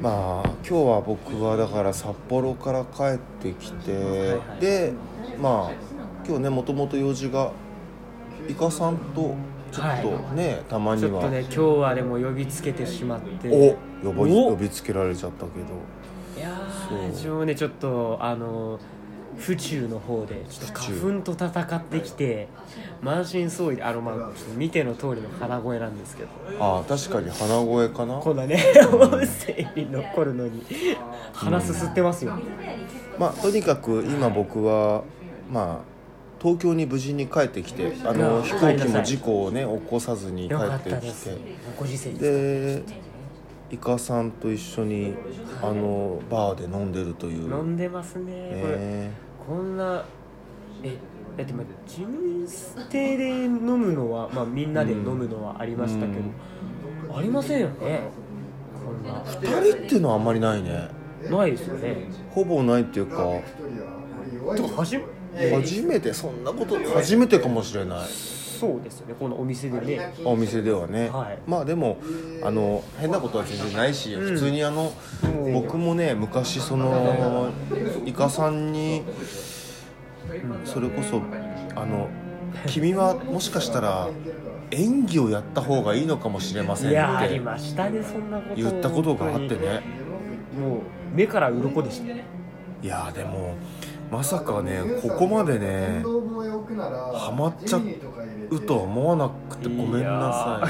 まあ今日は僕はだから札幌から帰ってきて、はいでまあ今日ねもともと用事がイカさんとちょっとね、たまにちょっとは、ね今日はでも呼びつけてしまってお呼ばお呼びつけられちゃったけどいやそうー自分もねちょっとあの府中の方でちょっと花粉と戦ってきて満身創痍であのまあちょっと見ての通りの鼻声なんですけどああ確かに鼻声かなこんなね 音声に残るのに鼻すすってますよ、まあとにかく今僕はまあ東京に無事に帰ってきてあうのん飛行機の事故をね起こさずに帰よかっってたできすてご時世ですでイカさんと一緒にあのバーで飲んでるという飲んでますねこれねこんなえだってまあ事務室で飲むのは、まあ、みんなで飲むのはありましたけど、ありませんよねこんな二人っていうのはあんまりないねないですよねほぼないっていうかてか初め初めてそんなこと初めてかもしれないそうですよねこのお店でねお店ではね、はいまあでもあの変なことは全然ないし、普通にあの、うん僕もね昔そのイカさんに、それこそあの君はもしかしたら演技をやった方がいいのかもしれませんいやーあっりてましたねそんなこと言ったことがあって本ね当にもう目から鱗でしたいやーでもまさかねここまでねハマっちゃ うとは思わなくてごめんなさ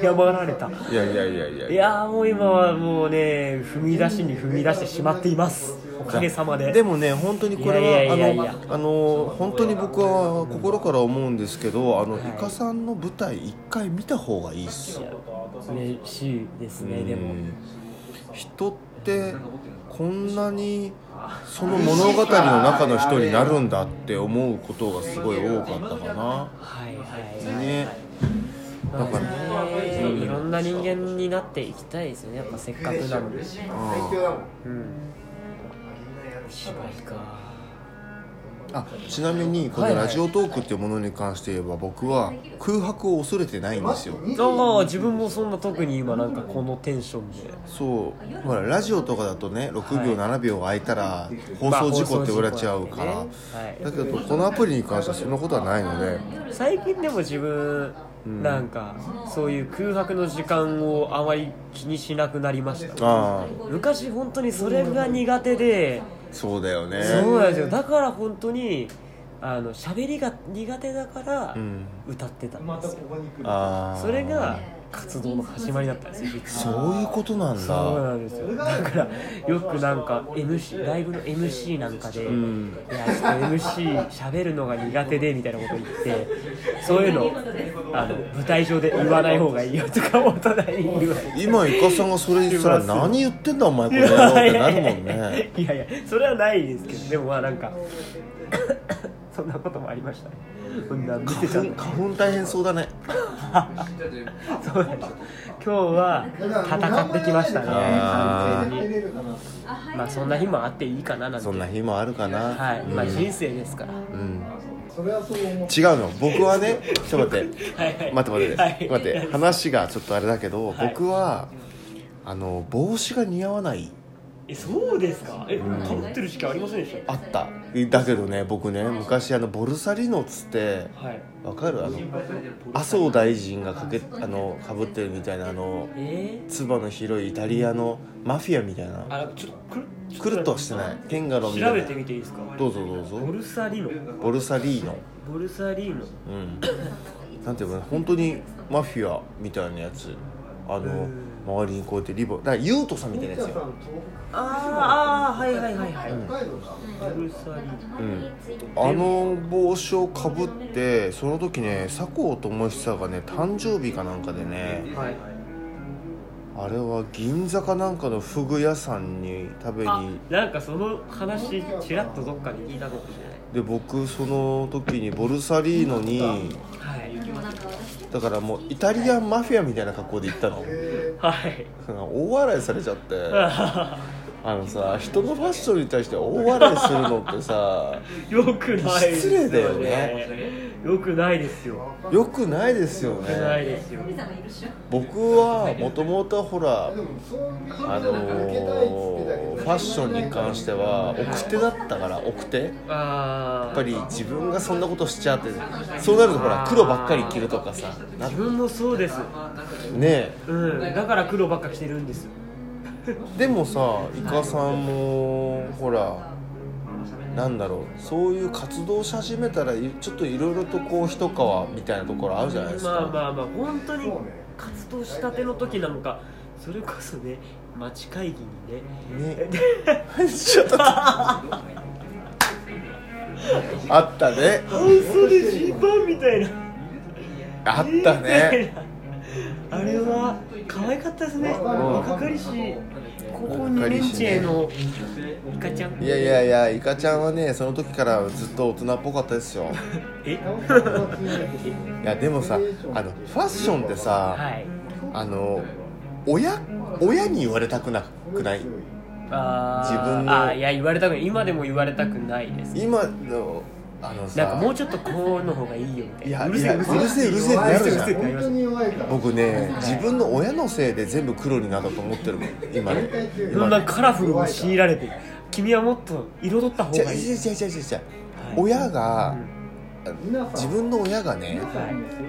謝られたいいやいやいやいやいやーもう今はもうね踏み出しに踏み出してしまっていますおかげさまででもね本当にこれはいやいやいやいやあのあの本当に僕は心から思うんですけどあの、はいイカさんの舞台一回見た方がいいっすよ、嬉しいですね、でもうん人ってこんなにその物語の中の人になるんだって思うことがすごい多かったかはいなはねいだからね、いろんな人間になっていきたいですよねやっぱせっかくなのでうん芝居かあちなみにこのラジオトークっていうものに関して言えば僕は空白を恐れてないんですよああ自分もそんな特に今なんかこのテンションでそうほらラジオとかだとね6秒、は7秒空いたら放送事故って言われちゃうから、まあ放送事故ってねだけどこのアプリに関してはそんなことはないのではい、最近でも自分なんかそういう空白の時間をあまり気にしなくなりましたああ昔本当にそれが苦手でそうだよねそうなんですよだから本当にあの喋りが苦手だからん歌ってたんですよ、ああそれが活動の始まりだったんですよ実はそういうことなんそうだなんですよだからよくなんか MC ライブの MC なんかで、んいやちょっと MC 喋るのが苦手でみたいなこと言ってそういうのあの舞台上で言わない方がいいよとか大人に言われて今イカさんがそれ言ったらします何言ってんだお前これよってなるもんね いやいやそれはないですけどでもまあなんかそんなこともありましたねそんな見てちゃ花ん粉花粉大変そうだねそうなんです今日は戦ってきましたねあー完全にまあそんな日もあっていいかななんてそんな日もあるかなはい、うんまあ人生ですから、うんそれはそう思う違うの僕はねちょっと待ってはいはい待って待って、は待って話がちょっとあれだけど、はい僕はあの帽子が似合わないえそうですかえかぶってる時期ありませんでしあっただけどね僕ね昔あのボルサリノっつってたはいわかるあの麻生大臣がかけあのかぶってるみたいなあのえー、唾の広いイタリアのマフィアみたいなあちょっとくるちょくるっとはしてないテンガロンみた調べいてなみていいですかどうぞどうボぞルサリーノボルサリーノボルサリーノ うんなんていうかな本当にマフィアみたいなやつあの周りにこうやってリボンだからユートさんみたいなやつよあーあーはいはいはいはい、北海道かボルサリーノあの帽子をかぶってその時ね佐藤智久がね誕生日かなんかでねはいあれは銀座かなんかのフグ屋さんに食べあになんかその話ちらっとどっかで聞いたことじゃで僕その時にボルサリーノにないはいだからもうイタリア ンマフィアみたいな格好で行ったのはい 大笑いされちゃってあのさ人のファッションに対して大笑いするのってさよくないです失よ礼ねだよ ねよくないですよよくないですよよくないねですよ森さんがいるっしょ僕はもともとほらでもそういうあのーファッションに関しては奥手だったから奥手やああっぱり自分がそんなことしちゃってそうなるとほら黒ばっかり着るとかさな自分もそうですねうんだから黒ばっか着てるんですえでもさイカさんもほらなんだろうそういう活動し始めたらいちょっといろいろとこう一皮みたいなところあるじゃないですか、まあまあまあ本当にそうね活動したての時なのかそれこそね町会議にねねちょっとあったね半袖ジーパンみたいなあったね あれは可愛かったですね若かりし高校2年生のイカちゃんいやいやいやイカちゃんはねその時からずっと大人っぽかったですよえいやでもさあのファッションってさ、はいあの親親に言われたくなくないあー自分のあーいや言われたくない今でも言われたくないです今のあのさなんかもうちょっとこうの方がいいよみいやたいなうるせえいうやるせえうるせえうるせえってなるじゃん本当に弱いから僕ね自分の親のせいで全部黒になったと思ってるもん今ねど今んなねカラフルを強いられて君はもっと彩ったじ方ゃがあいいいやいやいやいやいや親が自分の親がねは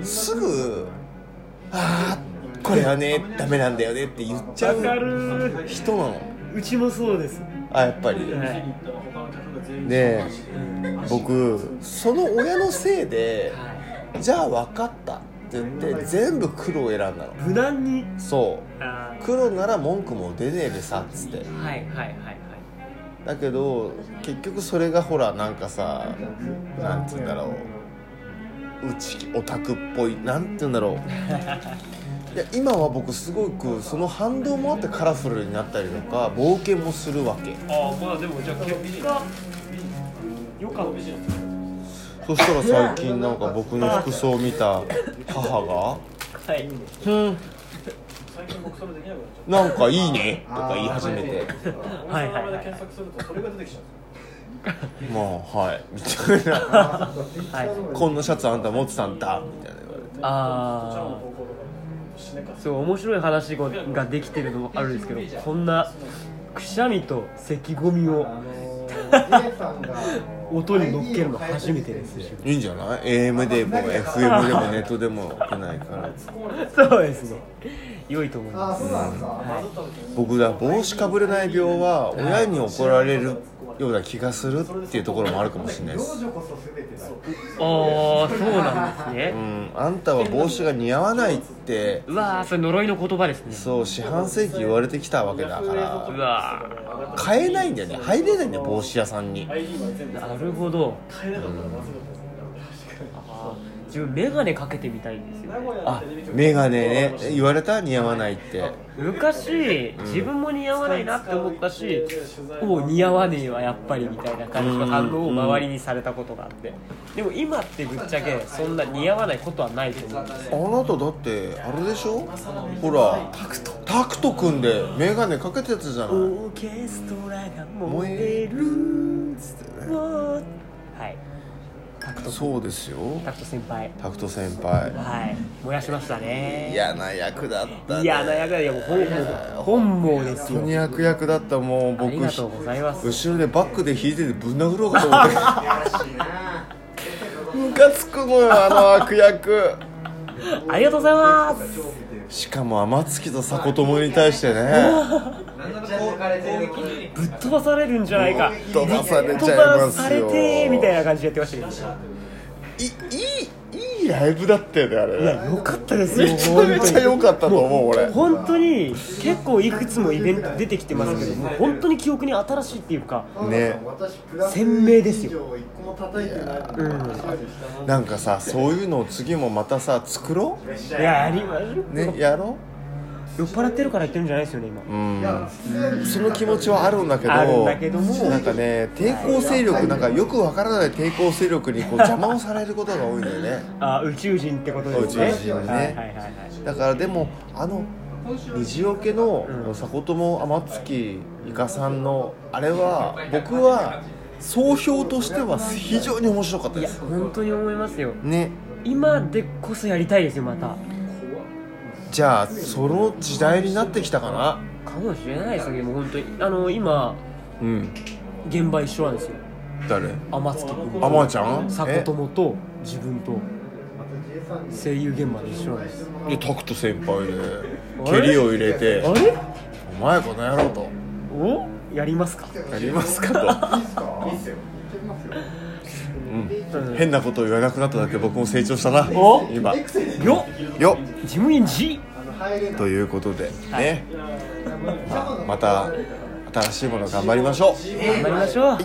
いすぐ「ああこれはねダメなんだよね」って言っちゃわかうるー人なのうちもそうです、はあやっぱりいで僕その親のせいでじゃあ分かったって言って全部黒を選んだの無難にそうあ黒なら文句も出ねえでさっつってーはいはいはいはいだけど結局それがほらなんかさなんつうんだろううちオタクっぽいなんて言うんだろういや今は僕すごくその反動もあってカラフルになったりとか冒険もするわけああまあでもじゃあ結果よかったそしたら最近なんか僕の服装を見た母はいが「うんなんかいいね」とか言い始めてはいはいはい「まあはい」みたいな。はいこんなシャツあんた持ってたんだみたいな言われてああそう面白い話ができてるのもあるんですけどこんなくしゃみと咳込みを音に乗っけるの初めてですいいんじゃない AM でも FM でもネットでも来ないからそうですね良いと思いあまそうなんですか僕だ帽子かぶれない病は親に怒られるような気がするっていうところもあるかもしれないです女こそ全てだすああそうなんですうねんあんたは帽子が似合わないってうわーそれ呪いの言葉ですねそう四半世紀言われてきたわけだかうらわ買えないんだよね入れないんだよ帽子屋さんにーなるほどあー自分眼鏡かけてみたいんですよねあメガネねえ言われた似合わないって昔自分も似合わないなって思ったし、おう似合わねえわやっぱりみたいな感じの反応を周りにされたことがあってでも今ってぶっちゃけそんな似合わないことはないと思うんですあなただってあれでしょほらタクトタクト君で眼鏡かけてたじゃないオーケストラが燃えるはいそうですよタクト先輩タクト先輩はい燃やしましたね嫌な役だったね嫌な役だよもう本望本望です本当よに役役だったもうあり僕がとうございます後ろでバックで弾いててぶん殴ろうかと思 って ムカつくのよあの悪役ありがとうございますしかも天月と佐子友に対してねぶっ飛ばされるんじゃないか飛ばされ飛ちゃいばますよされてーみたいな感じでやってましたけどいいいいいライブだったよねあいれやね良かったですよめちゃめちゃ良かったと思う俺本当に結構いくつもイベント出てきてますけどもう本当に記憶に新しいっていうかね鮮明ですよなんかさそういうのを次もまたさ作ろいやありまるうねやろ酔っ払ってるから言ってるんじゃないですよね今ううんその気持ちはあるんだけどあるんだけどもなんかね抵抗勢力なんかよくわからない抵抗勢力にこう邪魔をされることが多いんだよねあ宇宙人ってことですね宇宙人ねはいはいはいはいだからでもあの虹オケのうん佐古友天月イカさんのあれは僕は総評としては非常に面白かったいでやす本当に思いますよね今でこそやりたいですよまたじゃあその時代になってきたかなかもしれないですよねもう本当にあの今うん現場一緒なんですよ誰天月君あまちゃん佐え古友と自分と声優現場で一緒なんですでタクト先輩であ蹴れりを入れてあれ「お前この野郎」とおやりますか「やりますか?」と、うん、変なことを言わなくなっただけで僕も成長したなお今よよ事務員 G っということではいね、まあまた新しいもの頑張りましょう頑張りましょう